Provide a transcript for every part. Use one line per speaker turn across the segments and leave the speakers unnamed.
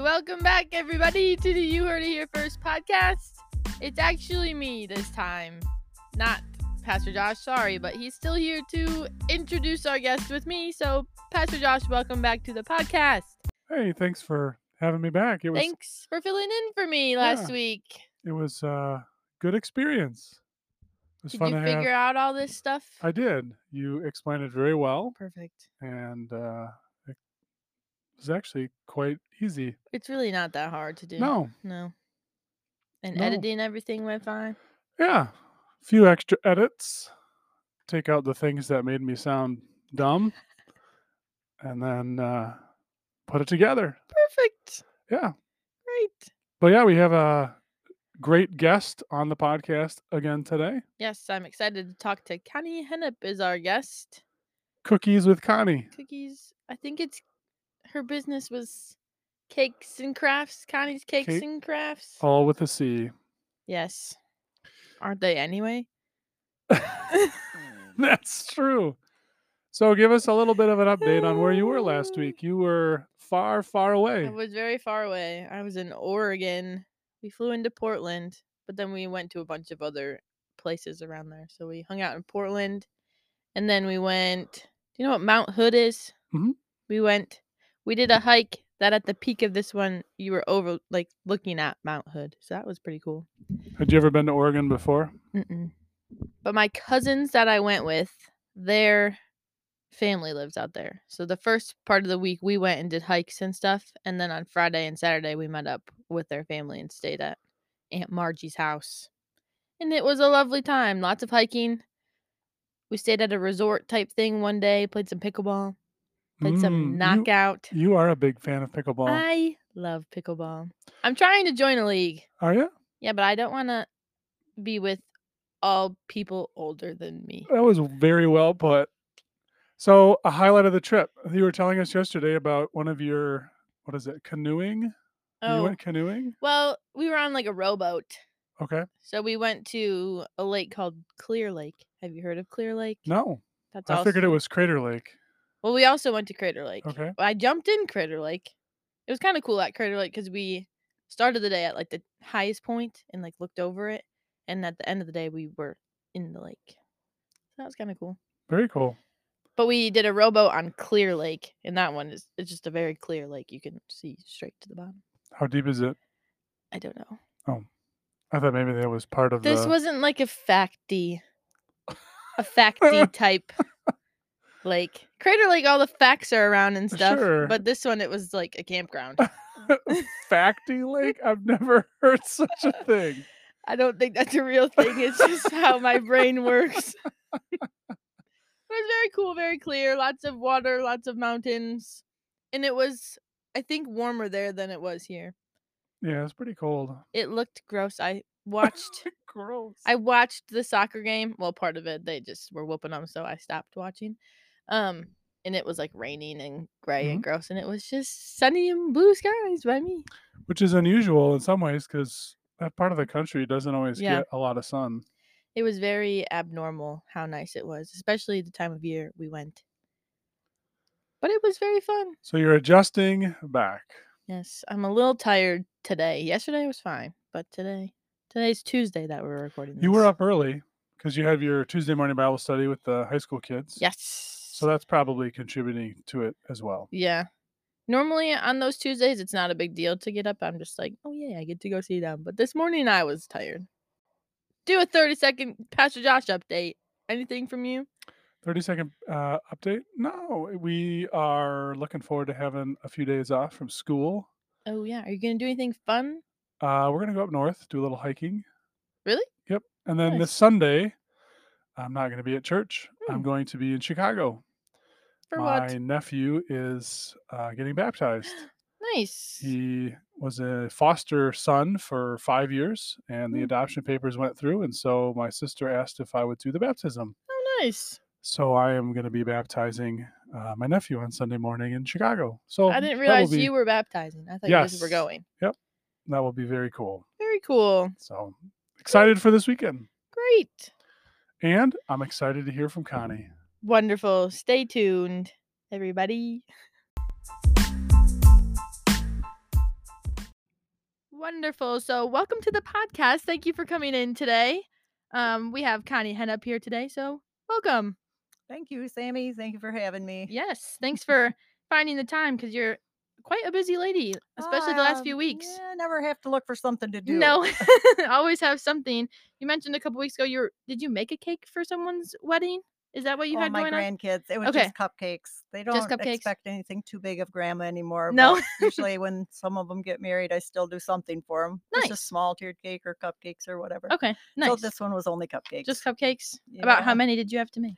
welcome back everybody to the You Heard It Here First podcast. It's actually me this time, not Pastor Josh, sorry, but he's still here to introduce our guest with me. So, Pastor Josh, welcome back to the podcast.
Hey, thanks for having me back. It was
Thanks for filling in for me last
Yeah.
week.
it was uh good experience. It was
Did
fun
you
to have.
figure out all this stuff?
I did. You explained it very well
Perfect.
and uh it was actually quite easy.
It's really not that hard to do.
No.
No. And
No.
editing everything went fine.
Yeah. Few extra edits. Take out the things that made me sound dumb and then uh put it together.
Perfect.
Yeah.
Great.
But yeah, we have a great guest on the podcast again today.
Yes, I'm excited to talk to Connie Hennep is our guest.
Cookies with Connie.
cookies. I think it's her business was cakes and crafts. Connie's cakes
Cake- Oh.
and crafts.
All with a C.
Yes. Aren't they anyway?
That's true. So give us a little bit of an update on where you were last week. You were far, far
I
away.
was very far away. I was in Oregon. We flew into Portland, but then we went to a bunch of other places around there. So we hung out in Portland, and then we went. Do you know what Mount Hood is?
Mhm.
We went. We did a hike that at the peak of this one you were over like looking at Mount Hood. So that was pretty cool.
Had you ever been to Oregon before?
Mm-mm. But my cousins that I went with, their family lives out there. So the first part of the week we went and did hikes and stuff, and then on Friday and Saturday we met up with their family and stayed at Aunt Margie's house. And it was a lovely time. Lots of hiking. We stayed at a resort type thing one day, played some pickleball, played
Mm,
some
you-
knockout.
You, are a big fan of pickleball.
I love pickleball. I'm trying to join a league.
Are you?
Yeah, but I don't want to be with all people older than me.
That was very well put. So a highlight of the trip. You were telling us yesterday about one of your what is it? Canoeing? You
Oh,
went canoeing?
well, we were on like a rowboat.
Okay.
So we went to a lake called Clear Lake. Have you heard of Clear Lake?
No.
That's
I figured it
also-
was Crater Lake.
Well, we also went to Crater Lake.
Okay.
Well, I jumped in Crater Lake. It was kind of cool at Crater Lake because we started the day at like the highest point and like looked over it, and at the end of the day we were in the lake. That was kind of cool.
Very cool.
But we did a rowboat on Clear Lake, and that one is it's just a very clear lake. You can see straight to the bottom.
How deep is it?
I don't know.
I thought maybe that was part of
This
the
wasn't like a facty, a facty type lake. Crater Lake, all the facts are around and stuff.
Sure.
But this one, it was like a campground.
facty lake. I've never heard such a thing.
I don't think that's a real thing. It's just how my brain works. it was very cool, very clear. Lots of water, lots of mountains, and it was, I think, warmer there than it was here.
Yeah, it's pretty cold.
It looked gross. I watched
Gross.
I watched the soccer game. Well, part of it they just were whooping them, so I stopped watching. Um, and it was like raining and gray
Mm-hmm.
and gross, and it was just sunny and blue skies by me.
Which is unusual in some ways because that part of the country doesn't always
Yeah.
get a lot of sun.
It was very abnormal how nice it was, especially the time of year we went. But it was very fun.
So you're adjusting back.
Yes, I'm a little tired today. Yesterday was fine, but today, today's Tuesday that we're recording.
You were
this.
up early because you have your Tuesday morning Bible study with the high school kids.
Yes.
So that's probably contributing to it as well.
Yeah. Normally on those Tuesdays, it's not a big deal to get up. I'm just like, oh yeah, I get to go see them. But this morning I was tired. Do a 30 second Pastor Josh update. Anything from you?
30 second uh, update. No, we are looking forward to having a few days off from school.
Oh yeah. Are you gonna do anything fun?
Uh, we're gonna go up north, do a little hiking.
Really?
Yep. And then
Nice.
this Sunday, I'm not gonna be at church. I'm
Hmm.
going to be in Chicago.
For
My
what?
nephew is uh, getting baptized.
Nice.
He was a foster son for five years, and the
Hmm.
adoption papers went through. And so my sister asked if I would do the baptism.
Oh nice.
So I am going to be baptizing uh, my nephew on Sunday morning in Chicago. So
I didn't
that will
realize
be-
you were baptizing. I thought you guys were
Yes.
going.
That will be very cool.
Very cool.
So excited for this weekend.
Great.
And I'm excited to hear from Connie.
Wonderful. Stay tuned, everybody. Wonderful. So, welcome to the podcast. Thank you for coming in today. Um, we have Connie Hen up here today, so welcome.
Thank you, Sammy. Thank you for having me.
Yes, thanks for finding the time because you're quite a busy lady, especially the last few
Um,
weeks.
yeah, never have to look for something to do.
No, always have something. You mentioned a couple weeks ago. You're did you make a cake for someone's wedding? Is that what you
Well,
had
Oh, my
going on?
grandkids, it was
Okay.
just cupcakes. They don't
Just cupcakes.
expect anything too big of grandma anymore.
No.
but usually, when some of them get married, I still do something for them.
Nice.
Just a small tiered cake or cupcakes or whatever.
Okay, nice.
So this one was only cupcakes.
Just cupcakes. About how
Yeah.
many did you have to make?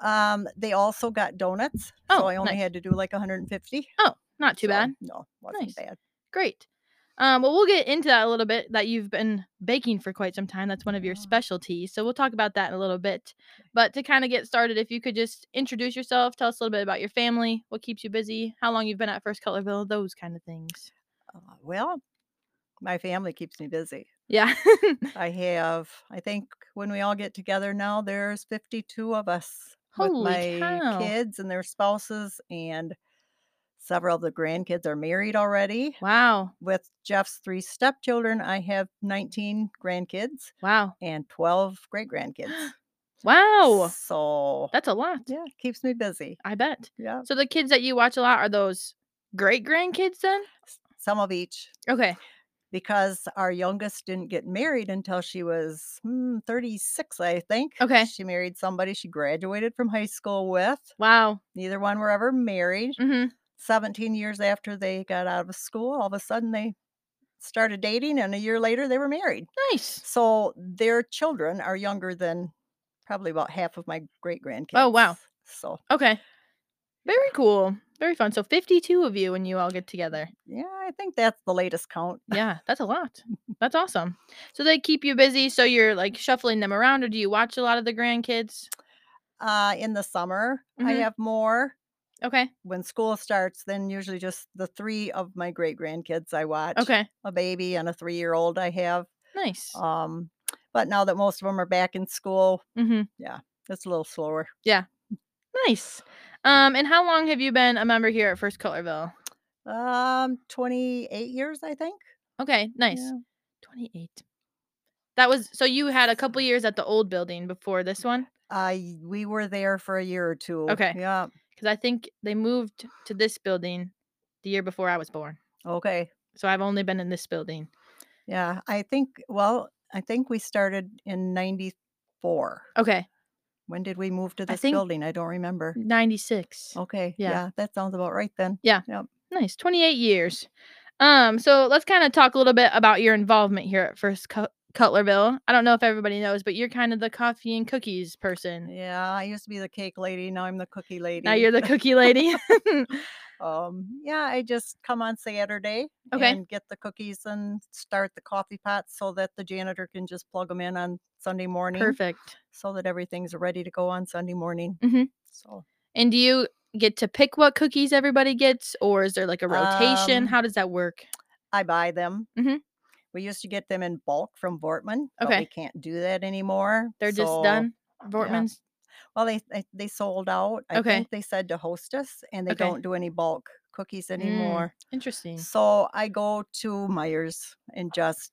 Um, they also got donuts.
Oh,
so I only
nice.
had to do like 150.
Oh, Not too
so
bad.
No, wasn't
Nice.
bad.
Great. Um, well, we'll get into that a little bit. That you've been baking for quite some time. That's one of your
Yeah.
specialties. So we'll talk about that in a little bit. But to kind of get started, if you could just introduce yourself, tell us a little bit about your family, what keeps you busy, how long you've been at First Colorville, those kind of things.
Uh, well, my family keeps me busy.
Yeah.
I have, I think when we all get together now, there's 52 of us
Holy
with my
cow.
kids and their spouses, and several of the grandkids are married already.
wow.
With Jeff's three stepchildren, I have 19 grandkids
Wow.
and 12 great grandkids.
Wow.
So,
That's a lot.
yeah, keeps me busy.
I bet.
Yeah.
So the kids that you watch a lot are those great grandkids then?
s- Some of each
Okay.
because our youngest didn't get married until she was hmm, 36, I think.
Okay.
She married somebody she graduated from high school with.
Wow.
Neither one were ever married.
hmm
17 years after they got out of school, all of a sudden they started dating, and a year later they were married.
Nice.
So their children are younger than probably about half of my great grandkids.
Oh, wow.
So,
Okay. Very cool. Very fun. So 52 of you when you all get together.
yeah, I think that's the latest count.
Yeah, that's a lot. That's awesome. So they keep you busy. So you're like shuffling them around, or do you watch a lot of the grandkids?
Uh, in the summer, I
Mhm.
have more.
Okay.
when school starts, then usually just the three of my great grandkids I watch.
Okay.
A baby and a three year old I have.
Nice.
Um, but now that most of them are back in school,
Mm-hmm.
it's a little slower.
Nice. Um, and how long have you been a member here at First Colorville?
Um, 28 years, I think.
Okay, nice.
Yeah.
28. That was so you had a couple years at the old building before this one?
I Uh, we were there for a year or two.
Okay.
Yeah.
Because I think they moved to this building the year before I was born.
Okay.
So I've only been in this building.
Yeah. I think. Well, I think we started in '94.
Okay.
When did we move to
I
this
think-
building? I don't remember.
96.
Okay.
yeah.
yeah. That sounds about right then.
Nice. 28 years. Um, so let's kind of talk a little bit about your involvement here at First Cut- Cutlerville. I don't know if everybody knows, but you're kind of the coffee and cookies person.
Yeah. I used to be the cake lady. Now I'm the cookie lady.
Now you're the cookie lady.
Um, yeah, I just come on Saturday
Okay.
and get the cookies and start the coffee pot so that the janitor can just plug them in on Sunday morning
Perfect.
so that everything's ready to go on Sunday morning.
Mhm.
So
And do you get to pick what cookies everybody gets, or is there like a rotation?
Um,
How does that work?
I buy them.
Mhm.
We used to get them in bulk from Vortman, but
Okay.
we can't do that anymore.
They're just
so-
done. Vortman's.
Well, they they- they sold out. I
Okay.
think they said to Hostess, and they
Okay. Mm,
don't do any bulk cookies anymore.
Interesting.
So I go to Myers and just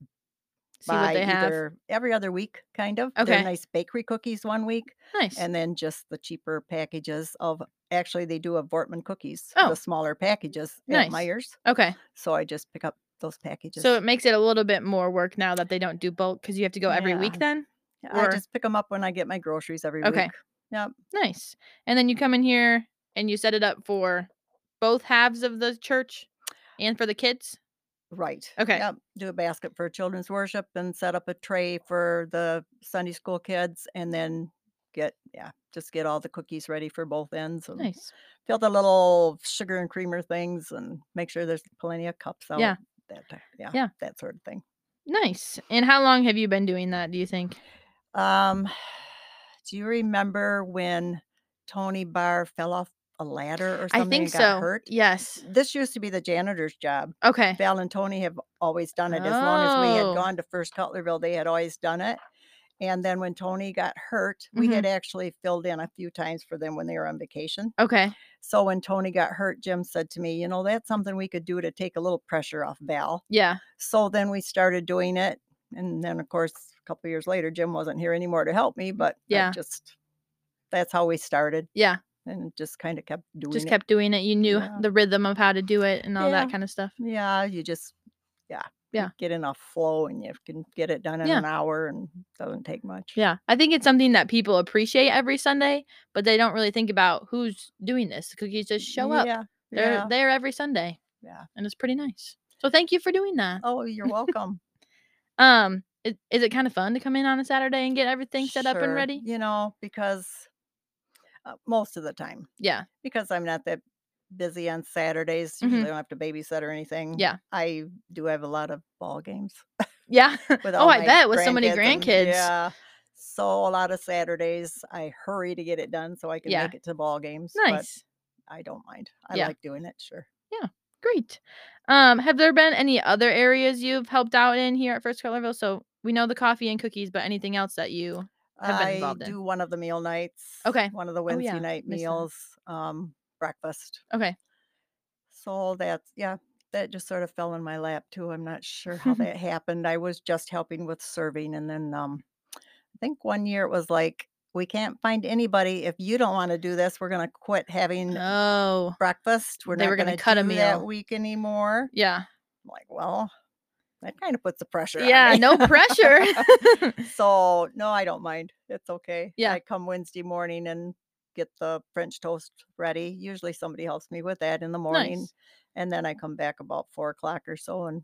Uh, See what they have.
either every other week, kind of.
Okay.
They're nice bakery cookies one week,
Nice.
and then just the cheaper packages of actually they do have Vortman cookies,
Oh.
the smaller packages
Nice.
at Myers.
okay.
So I just pick up those packages.
so it makes it a little bit more work now that they don't do bulk because you have to go every week
Yeah.
then?
I
or-
just pick them up when I get my groceries every
Okay.
week. Yep.
Nice. And then you come in here and you set it up for both halves of the church and for the kids.
Right.
Okay.
Yep. Do a basket for children's worship and set up a tray for the Sunday school kids and then get yeah, just get all the cookies ready for both ends and
Nice.
fill the little sugar and creamer things and make sure there's plenty of cups out.
Yeah.
That, ti- yeah,
Yeah.
That sort of thing.
Nice. And how long have you been doing that, do you think?
Um, do you remember when Tony Barr fell off a ladder or something
I think
and got
so.
hurt?
Yes.
This used to be the janitor's job.
Okay.
Val and Tony have always done it. As long as we had
Oh.
gone to First Cutlerville, they had always done it. And then when Tony got hurt, we had
Mm-hmm.
actually filled in a few times for them when they were on vacation.
Okay.
So when Tony got hurt, Jim said to me, You know, that's something we could do to take a little pressure off Val.
Yeah.
So then we started doing it. And then, of course, a couple years later, Jim wasn't here anymore to help me, but I
Yeah.
just that's how we started
Yeah.
and just kind of kept doing
Just
it.
kept doing it. You knew
Yeah.
the rhythm of how to do it and all that
Yeah.
kind of stuff.
Yeah, you just, yeah, you
Yeah.
get in a flow and you can get it done in
Yeah.
an hour and doesn't take much.
Yeah. I think it's something that people appreciate every Sunday, but they don't really think about who's doing this. The cookies just show up.
Yeah,
They're
yeah.
there every Sunday.
Yeah.
And it's pretty nice. So thank you for doing that.
Oh, you're welcome.
Um, it, is it kind of fun to come in on a Saturday and get everything set up and
Sure,
ready?
You know, because uh, most of the time,
Yeah.
because I'm not that busy on Saturdays, usually I don't have to babysit or anything.
Mm-hmm. Yeah.
I do have a lot of ball games.
Yeah.
With
oh,
all
I
my
bet with so many
and-
grandkids.
yeah. So a lot of Saturdays, I hurry to get it done so I can
Yeah.
make it to ball games.
Nice.
But I don't mind. I
Yeah.
like doing it. Sure.
Great. Um, have there been any other areas you've helped out in here at First Colorville? So we know the coffee and cookies, but anything else that you Have been
I
involved in.
do one of the meal nights.
Okay. Oh,
One of the Wednesday
yeah,
night
missed that.
meals, um, breakfast.
Okay.
So that's yeah, that just sort of fell in my lap too. I'm not sure how that happened. I was just helping with serving and then um I think one year it was like we can't find anybody if you don't want to do this, we're going to quit having
Oh.
breakfast. We're
They
not
were gonna
gonna
cut a
do that
meal.
week anymore.
Yeah.
I'm like, well, that kind of puts the pressure on
Yeah,
me.
no pressure.
so, no, I don't mind. It's okay.
Yeah.
I come Wednesday morning and get the French toast ready. Usually somebody helps me with that in the morning.
Nice.
And then I come back about four o'clock or so and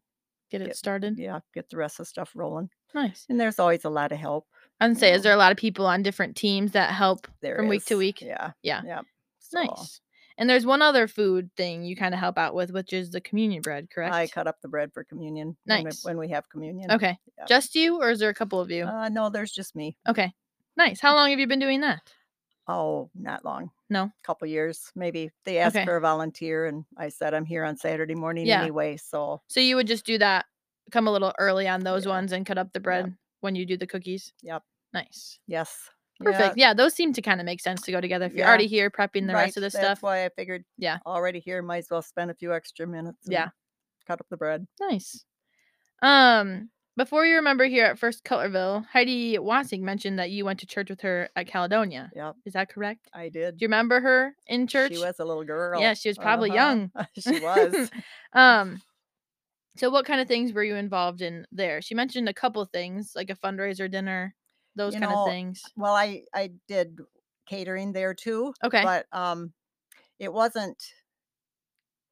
Get it
Yep.
started.
yeah, get the rest of the stuff rolling.
Nice.
And there's always a lot of help
I would say, is
Yeah.
there a lot of people on different teams that help?
there.
From week to
is.
week?
Yeah.
Yeah.
Yeah. So
Nice. And there's one other food thing you kind of help out with, which is the communion bread, correct?
I cut up the bread for communion when we-
Nice.
when we have communion.
Okay.
yeah.
Just you, or is there a couple of you?
Uh, no, there's just me.
okay. Nice. How long have you been doing that?
Oh, not long.
No?
Couple years, maybe. They asked
Okay.
for a volunteer, and I said I'm here on Saturday morning
Yeah.
anyway. So
So you would just do that, come a little early on those
Yeah.
ones and cut up the bread when you do the cookies?
Yep.
Nice.
yes,
Perfect. Yeah, those seem to kind of make sense to go together. If you're
Yeah.
already here prepping the rest of the
That's
stuff.
why I figured.
Yeah.
Already here, might as well spend a few extra minutes. and
Yeah.
Cut up the bread.
Nice. Um, before you remember here at First Colorville, Heidi Wassing mentioned that you went to church with her at Caledonia.
Yep,
Is that correct?
I did.
Do you remember her in church?
She was a little girl. Uh-huh. Uh,
Yeah, she was probably young.
she was.
Um, so what kind of things were you involved in there? She mentioned a couple things, like a fundraiser dinner, those
You
kind
know,
of things.
Well, I I did catering there too.
Okay.
but um it wasn't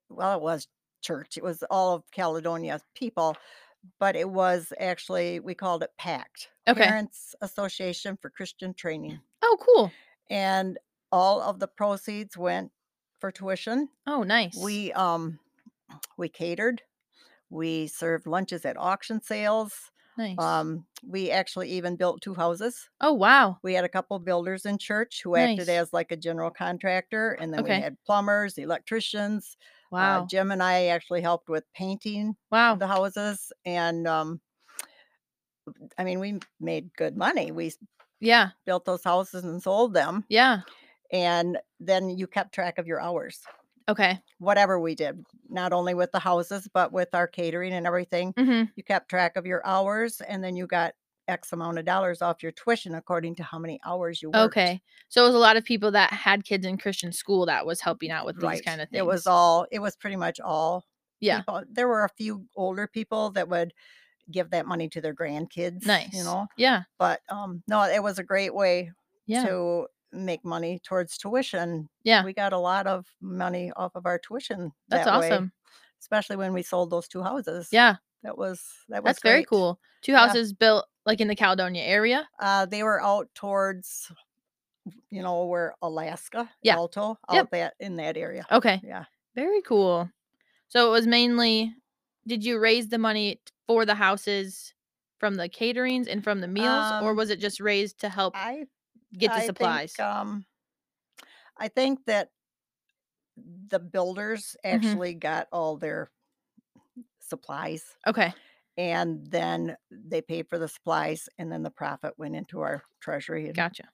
well it was church it was all of caledonia's people but it was actually we called it pact
Okay.
parents association for christian training
oh, cool.
and all of the proceeds went for tuition
Oh, nice.
we um we catered we served lunches at auction sales
nice.
um uh, we actually even built two houses
oh, wow.
we had a couple builders in church who
Nice.
acted as like a general contractor, and then
Okay.
we had plumbers, electricians. uh,
Wow. Oh.
Jim and I actually helped with painting
wow.
the houses, and um, I mean, we made good money. We s-
Yeah.
built those houses and sold them,
Yeah.
and then you kept track of your hours.
Okay.
Whatever we did, not only with the houses, but with our catering and everything,
Mm-hmm.
you kept track of your hours, and then you got X amount of dollars off your tuition according to how many hours you worked.
Okay. So it was a lot of people that had kids in Christian school that was helping out with these kind of things.
It was all. It was pretty much all.
Yeah.
people. There were a few older people that would give that money to their grandkids.
Nice.
You know,
Yeah.
but um, no, it was a great way
Yeah.
to make money towards tuition.
Yeah.
We got a lot of money off of our tuition.
That's
that way,
awesome.
especially when we sold those two houses.
Yeah.
That was that was
That's very
great.
cool. Two
Yeah.
houses built like in the Caledonia area.
Uh, they were out towards, you know, where Alaska,
Yeah.
Alto, out
Yep.
that in that area.
Okay.
Yeah.
Very cool. So it was mainly did you raise the money t- for the houses from the caterings and from the meals or
Um,
was it just raised to help
I
get
I
the
think,
supplies?
um, I think that
Mm-hmm.
the builders actually got all their supplies
okay.
and then they paid for the supplies and then the profit went into our treasury and
Gotcha.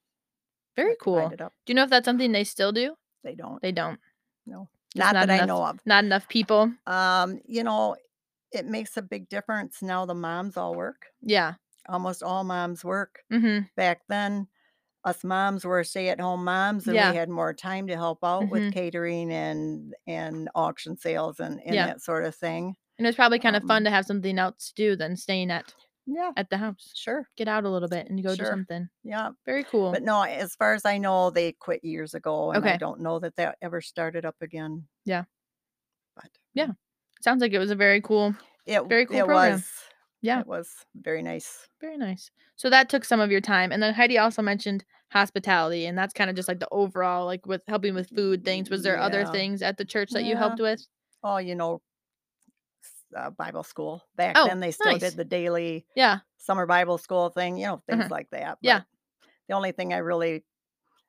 Very
combined
cool. Do
it up.
you know if that's something they still do?
They don't.
They don't.
No.
Just
Not, that I
enough-
know of.
Not enough people.
Um, you know, it makes a big difference now the moms all work.
Yeah.
Almost all moms work.
Mm-hmm.
Back then, us moms were stay-at-home moms and
Yeah.
we had more time to help out
Mhm.
with catering and and auction sales and, and
Yeah.
that sort of thing.
And it's probably kind of fun
Um,
to have something else to do than staying at
Yeah,
at the house.
sure.
Get out a little bit and go do
Sure.
something.
Yeah.
Very cool.
But no, as far as I know, they quit years ago, and I
Okay.
don't know that that ever started up again.
Yeah.
but
Sounds like it was a very cool.
it
Very cool
it
program.
was
Yeah.
it was very nice.
Very nice. So that took some of your time. And then Heidi also mentioned hospitality, and that's kind of just like the overall, like with helping with food things. Was there other
Yeah.
things at the church that you
Yeah.
helped with?
Oh, you know, s- uh, Bible school back
Oh,
then they still
nice.
did the daily
Yeah.
summer Bible school thing, you know, things
Uh-huh.
like that.
Yeah.
but the only thing I really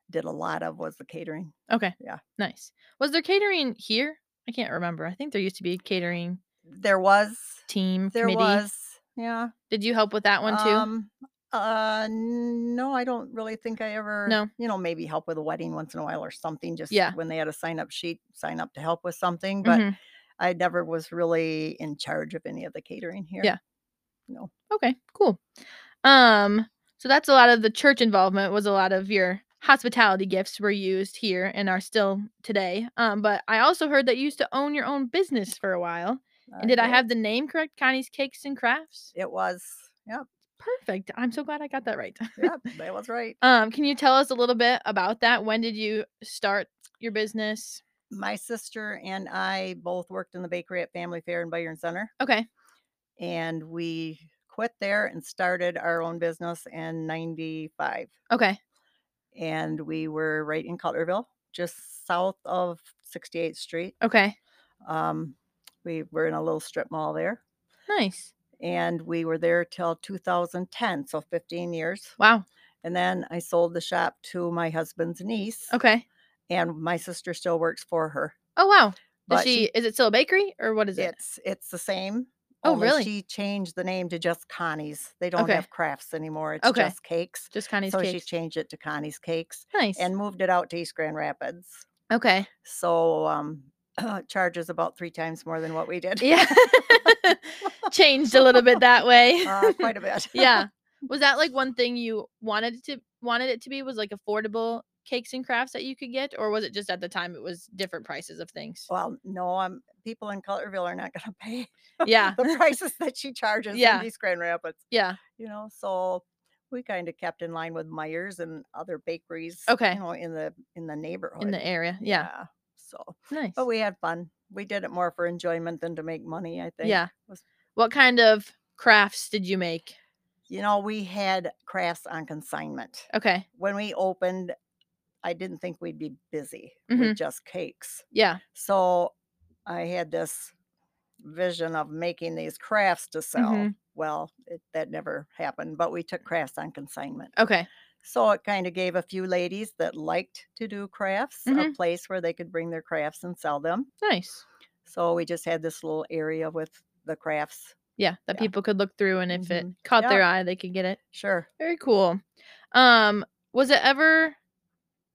did a lot of was the catering.
Okay.
Yeah.
Nice. Was there catering here? I can't remember. I think there used to be a catering
There was,
team
there
committee.
was, yeah.
Did you help with that one too?
Um, uh, no, I don't really think I ever.
No.
You know, maybe help with a wedding once in a while or something. Just
Yeah.
when they had a sign up sheet, sign up to help with something. But
Mhm.
I never was really in charge of any of the catering here.
Yeah. okay, cool. Um, so that's a lot of the church involvement was a lot of your hospitality gifts were used here and are still today. Um, but I also heard that you used to own your own business for a while. And did I
did.
have the name correct? Connie's Cakes and Crafts.
It was. Yep.
Perfect. I'm so glad I got that right.
Yep. that was right.
um, can you tell us a little bit about that? When did you start your business?
My sister and I both worked in the bakery at Family Fair in Byron Center,
Okay.
and we quit there and started our own business in '95.
Okay.
and we were right in Cutlerville, just south of 68th Street.
Okay.
Um, we were in a little strip mall there,
Nice.
and we were there till 2010, so 15 years.
Wow.
And then I sold the shop to my husband's niece,
Okay.
and my sister still works for her.
Oh wow. Does
But
she,
she-
is it still a bakery or what is it?
It's it's the same.
Oh,
only
really?
She changed the name to just Connie's. They don't
Okay.
have crafts anymore. It's
Okay.
just cakes.
Just Connie's
so she
Cakes.
changed it to Connie's Cakes
nice.
and moved it out to East Grand Rapids.
okay.
So um charges about three times more than what we did.
Yeah. Changed a little bit that way.
Uh, quite a bit.
yeah. Was that like one thing you wanted to wanted it to be was like affordable cakes and crafts that you could get or was it just at the time it was different prices of things?
Well, no, I'm people in Cutlerville are not gonna pay
Yeah.
the prices that she charges
Yeah.
in East Grand Rapids.
Yeah.
You know, so we kind of kept in line with Myers and other bakeries.
Okay.
You know, in the in the neighborhood.
In the area. Yeah.
So
Nice.
but we had fun. We did it more for enjoyment than to make money, I think.
Yeah.
was-
What kind of crafts did you make?
You know, we had crafts on consignment.
Okay.
When we opened, I didn't think we'd be busy
Mhm.
with just cakes.
Yeah.
So I had this vision of making these crafts to sell.
Mhm.
Well, it, that never happened, but we took crafts on consignment.
Okay.
So it kind of gave a few ladies that liked to do crafts a
Mhm.
place where they could bring their crafts and sell them.
Nice.
So we just had this little area with the crafts.
Yeah, that
Yeah.
people could look through and if it
Mhm.
caught their eye, they could get it.
Sure.
Very cool. Um, was it ever?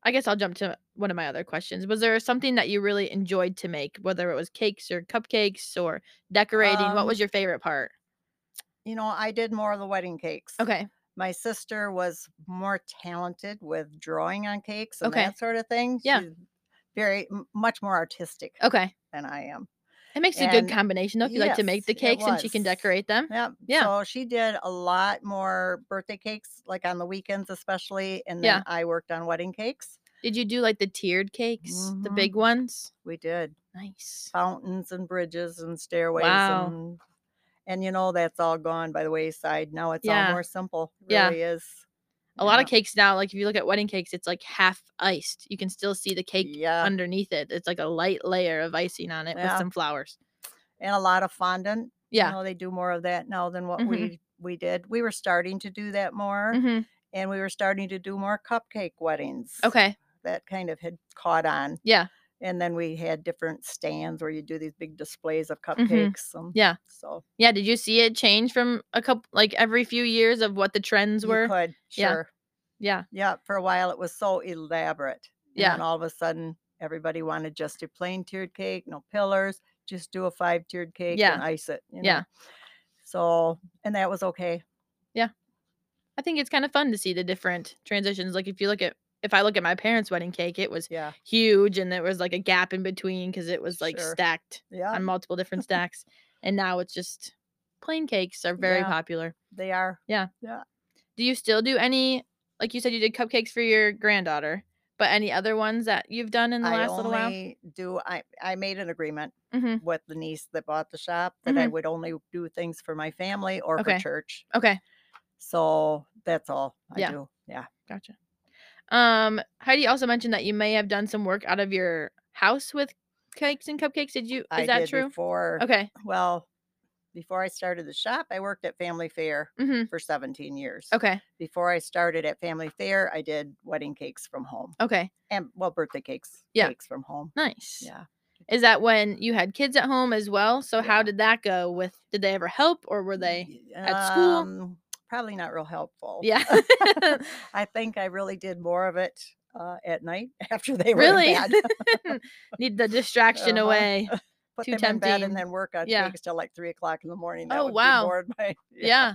I guess I'll jump to one of my other questions. Was there something that you really enjoyed to make, whether it was cakes or cupcakes or decorating? what was
Um,
your favorite part?
You know, I did more of the wedding cakes.
Okay.
My sister was more talented with drawing on cakes and
Okay.
that sort of thing.
Yeah.
She's very m- much more artistic
Okay.
than I am.
It makes a good
And-
combination though. If you like to make
yes,
the
it
cakes and she can
was.
decorate them.
Yep.
Yeah.
So she did a lot more birthday cakes, like on the weekends, especially. And then
Yeah.
I worked on wedding cakes.
Did you do like the tiered cakes, the
Mhm.
big ones?
We did
Nice.
fountains and bridges and stairways.
Wow.
And, and you know, that's all gone by the wayside. Now it's
Yeah.
all more simple. It
Yeah.
really is.
A lot of cakes now, like if you look at wedding cakes, it's like half iced. You can still see the cake
Yeah.
underneath it. It's like a light layer of icing on it with
Yeah.
some flowers.
And a lot of fondant.
Yeah.
You know, they do more of that now than what
Mhm.
we we did. We were starting to do that more
Mhm.
and we were starting to do more cupcake weddings.
Okay.
That kind of had caught on.
Yeah.
And then we had different stands where you do these big displays of cupcakes. and
Mm-hmm. Yeah.
So
Yeah, did you see it change from a couple like every few years of what the trends
you
were?
could,
yeah.
sure.
Yeah.
Yeah. For a while, it was so elaborate. And
Yeah.
then all of a sudden, everybody wanted just a plain tiered cake, no pillars, just do a five tiered cake
Yeah.
and ice it. you know?
Yeah.
So, and that was okay.
I think it's kind of fun to see the different transitions. Like if you look at if I look at my parents' wedding cake, it was
Yeah.
huge and there was like a gap in between because it was like
Sure. Uh
stacked
Yeah.
on multiple different stacks. And now it's just plain cakes are very
Yeah.
popular.
they are.
Do you still do any like you said you did cupcakes for your granddaughter, but any other ones that you've done in the
I
last little while?
only do, I, I made an agreement
Mhm.
with the niece that bought the shop that I would only do things for my family or
Mm-hmm. Okay.
for church.
Okay,
So that's all I
Yeah.
do. Yeah.
gotcha. Um Heidi also mentioned that you may have done some work out of your house with cakes and cupcakes. Did you is
I
that
did
true?
Before,
Okay.
Well, before I started the shop, I worked at Family Fair
Mhm.
for 17 years.
Okay.
Before I started at Family Fair, I did wedding cakes from home
Okay.
and well, birthday cakes,
Yeah.
cakes from home.
Nice.
Yeah.
Is that when you had kids at home as well? So how
Yeah.
did that go with did they ever help or were they
Y-
at school?
um, Probably not real helpful.
Yeah.
I think I really did more of it uh, at night after they were in
really
bed.
need the distraction
Uh-huh.
away.
Put
Too
them in bed
tempting.
and then work on
Yeah.
cakes till like three o'clock in the morning. That
Oh,
would
wow.
Be more of my,
Yeah.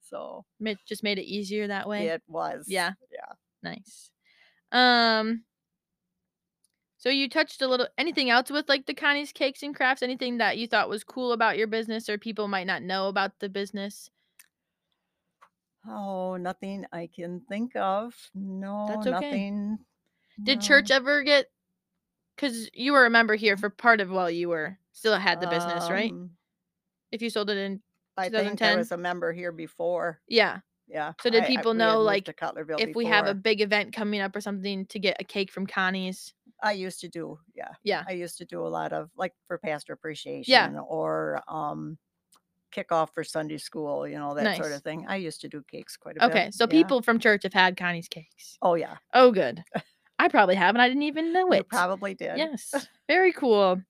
So
ma- just made it easier that way.
it was.
Yeah.
Yeah.
Nice. Um so you touched a little anything else with like the Connie's cakes and crafts, anything that you thought was cool about your business or people might not know about the business?
Oh, nothing I can think of. No,
okay.
nothing.
Did
no.
church ever get cuz you were a member here for part of while you were still had the business, right?
Um,
If you sold it in
I think I
2010?
was a member here before.
yeah.
Yeah.
So did
I- I-
people
we had
know,
moved
like,
to Cutlerville
if we have a
before.
big event coming up or something to get a cake from Connie's.
I used to do. Yeah.
Yeah.
I used to do a lot of like for pastor appreciation or um kickoff for Sunday school, you know, that sort
Nice.
of thing. I used to do cakes quite a bit.
Okay. So
yeah.
people from church have had Connie's cakes.
Oh yeah.
Oh good. I probably have and I didn't even know
You
it.
probably did.
Yes. Very cool.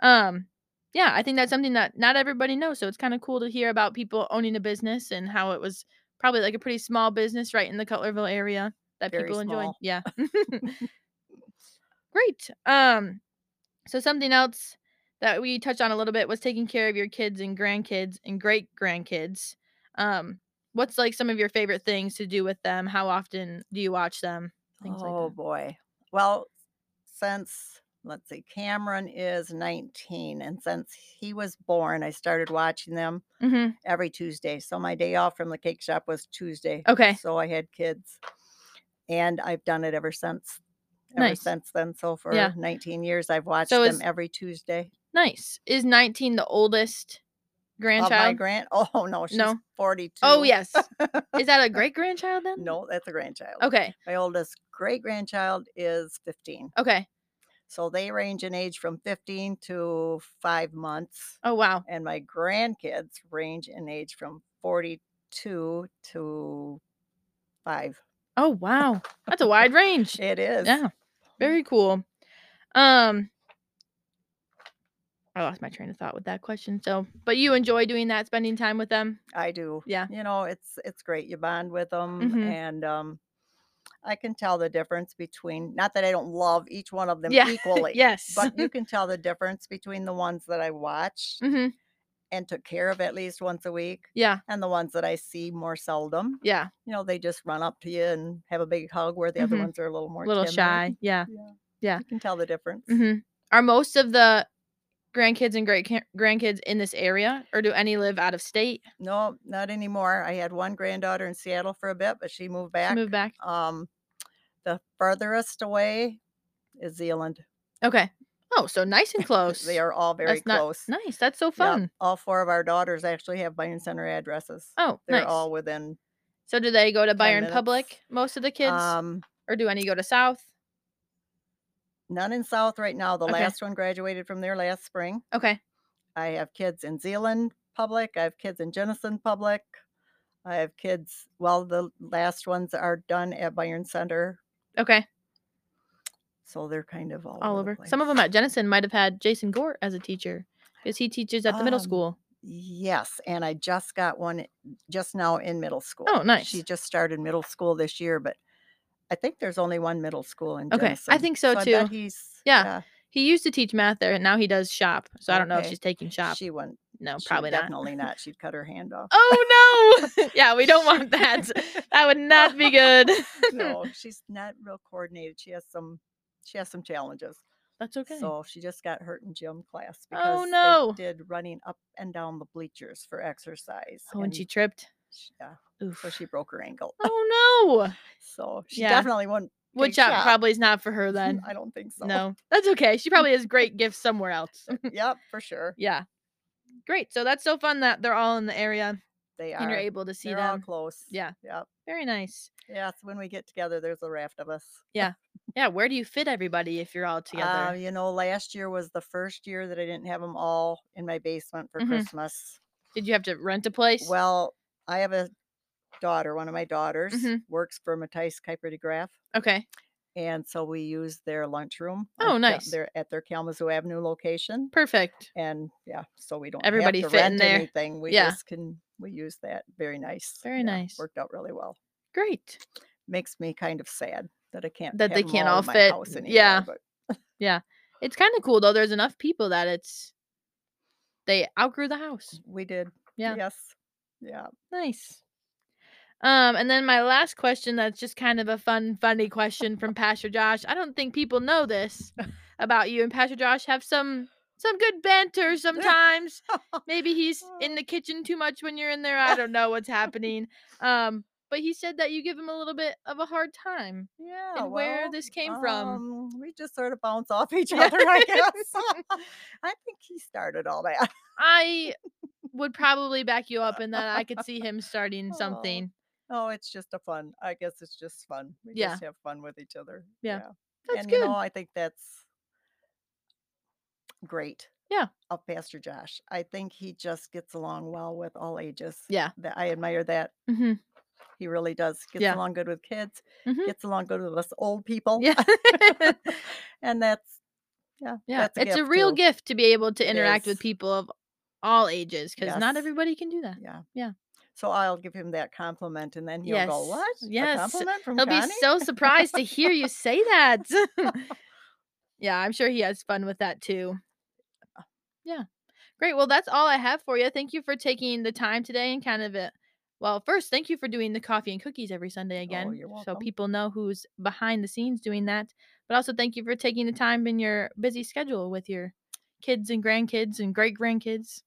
Um yeah, I think that's something that not everybody knows. So it's kind of cool to hear about people owning a business and how it was probably like a pretty small business right in the Cutlerville area that
Very
people enjoyed.
small.
Yeah. Great. Um so something else that we touched on a little bit was taking care of your kids and grandkids and great grandkids. Um what's like some of your favorite things to do with them? How often do you watch them? Things like
oh
that.
boy. Well, since let's see, Cameron is 19, and since he was born, I started watching them
Mhm.
every Tuesday. So my day off from the cake shop was Tuesday.
Okay.
So I had kids, and I've done it ever since. Ever
Nice.
since then, so for
Yeah.
19 years, I've watched
So
them
is-
every Tuesday.
Nice. Is 19 the oldest
Of my
grandchild?
grand, oh no, she's
No.
42.
oh, yes. Is that a great grandchild then?
no, that's a grandchild.
Okay.
My oldest great grandchild is 15.
Okay.
So they range in age from 15 to five months.
Oh, wow.
And my grandkids range in age from 42 to five.
Oh, wow. That's a wide range.
It is.
Yeah. Very cool. Um, I lost my train of thought with that question. So, but you enjoy doing that, spending time with them?
I do.
Yeah.
You know, it's it's great. You bond with them
Mhm.
and um I can tell the difference between not that I don't love each one of them
Yeah.
equally.
yes.
But you can tell the difference between the ones that I watch
hmm
and took care of at least once a week
Yeah.
and the ones that I see more seldom.
Yeah.
you know, they just run up to you and have a big hug where the other
Mhm.
ones are a little more
little
timid.
shy. Yeah.
Yeah.
Yeah.
You can tell the difference.
hmm Are most of the grandkids and great ca- grandkids in this area, or do any live out of state?
No, not anymore. I had one granddaughter in Seattle for a bit, but she moved back.
Move back.
Um the furthest away is Zealand.
Okay. Oh, so nice and close.
They are all very
That's not-
close.
Nice. That's so
Yep,
fun.
All four of our daughters actually have Byron Center addresses.
Oh,
They're
nice.
all within
so do they go to Byron
minutes.
Public, most of the kids,
um
or do any go to South?
none in South right now. The
Okay.
last one graduated from there last spring.
Okay.
I have kids in Zealand Public. I have kids in Jenison Public. I have kids. Well, the last ones are done at Byron Center.
Okay.
So they're kind of all,
all
over.
over. Some of them at Jenison might have had Jason Gore as a teacher because he teaches at the middle
Um,
school.
Yes, and I just got one just now in middle school.
Oh,
She
nice.
just started middle school this year, but I think there's only one middle school in.
Okay, I
Jenison.
think so,
I bet
too.
he's
Yeah, He used to teach math there, and now he does shop. So I don't know if
Okay.
she's taking shop.
She wouldn't.
no,
she
probably not.
Definitely not. She'd cut her hand off.
Oh no! yeah, we don't want that. That would not be good.
no, she's not real coordinated. She has some. She has some challenges.
That's okay.
So she just got hurt in gym class
Oh,
because
no.
they did running up and down the bleachers for exercise.
oh, and she tripped.
she- yeah,
Oof.
so she broke her ankle.
oh no!
So she
Yeah.
definitely wouldn't.
Wood
take
shop,
shop.
probably is not for her then.
I don't think so.
No, that's okay. She probably has great gifts somewhere else.
Yep, for sure.
yeah, great. So that's so fun that they're all in the area
They are.
and you're able to see
They're all
them.
close.
Yeah.
Yep.
Very nice.
Yeah. So when we get together, there's a raft of us.
Yeah, where do you fit everybody if you're all together?
Uh, you know, last year was the first year that I didn't have them all in my basement for
Mhm.
Christmas.
Did you have to rent a place?
Well, I have a daughter. One of my daughters
Mhm.
works for Matthijs Kuiper de Graaf.
okay.
and so we use their lunchroom.
Oh, nice.
They're at their Kalamazoo Avenue location,
Perfect.
and yeah, so we don't
Everybody
have to
fit in
rent
there.
anything. We
Yeah.
just can we use that. Very nice.
Very
Yeah,
nice.
Worked out really well.
Great.
Makes me kind of sad that I can't
That they
have 'em
can't all
in my
fit,
house anymore,
yeah.
but
It's kind of cool though. There's enough people that it's they outgrew the house.
we did.
Yeah.
Yes. Yeah.
Nice. Um, and then my last question that's just kind of a fun, funny question from Pastor Josh. I don't think people know this about you and Pastor Josh have some some good banter sometimes. Maybe he's in
Oh.
the kitchen too much when you're in there. I don't know what's happening. Um, but he said that you give him a little bit of a hard time.
Yeah.
And where
Oh, well,
this came from.
um, We just sort of bounce off each
Yeah.
other, I guess. I think he started all that.
I would probably back you up in that I could see him starting
Oh.
something.
Oh, it's just a fun. I guess it's just fun. We
Yeah.
just have fun with each other.
Yeah. That's
and
good.
you know, I think that's great.
Yeah.
Of Pastor Josh. I think he just gets along well with all ages.
Yeah.
That I admire that.
hmm
He really does. Gets
Yeah.
along good with kids.
Mhm.
Gets along good with us old people.
Yeah.
and that's yeah.
Yeah,
that's
it's a real
too.
gift to be able to
It
interact
is.
with people of all ages because not
Yes.
everybody can do that.
Yeah.
Yeah.
So I'll give him that compliment and then he'll go,
Yes.
What?
Yes.
A compliment from
He'll
Connie?
be so surprised to hear you say that. yeah, I'm sure he has fun with that too. Yeah. Great. Well, that's all I have for you. Thank you for taking the time today and kind of it. Well, first, thank you for doing the coffee and cookies every Sunday again.
Oh, you're
so
welcome.
people know who's behind the scenes doing that. But also, thank you for taking the time in your busy schedule with your kids and grandkids and great grandkids.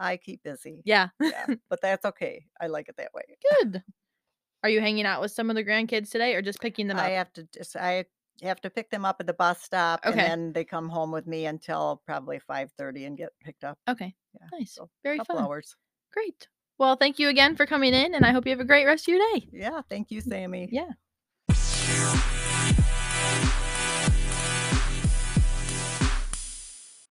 I keep busy.
Yeah.
yeah. But that's okay. I like it that way.
Good. Are you hanging out with some of the grandkids today or just picking them
I
up?
have to just I have to pick them up at the bus stop,
Okay.
and then they come home with me until probably five thirty and get picked up.
okay.
yeah,
Nice.
so
Very
couple
fun.
hours.
Great. Well, thank you again for coming in, and I hope you have a great rest of your day.
Yeah, thank you, Sammy.
Yeah.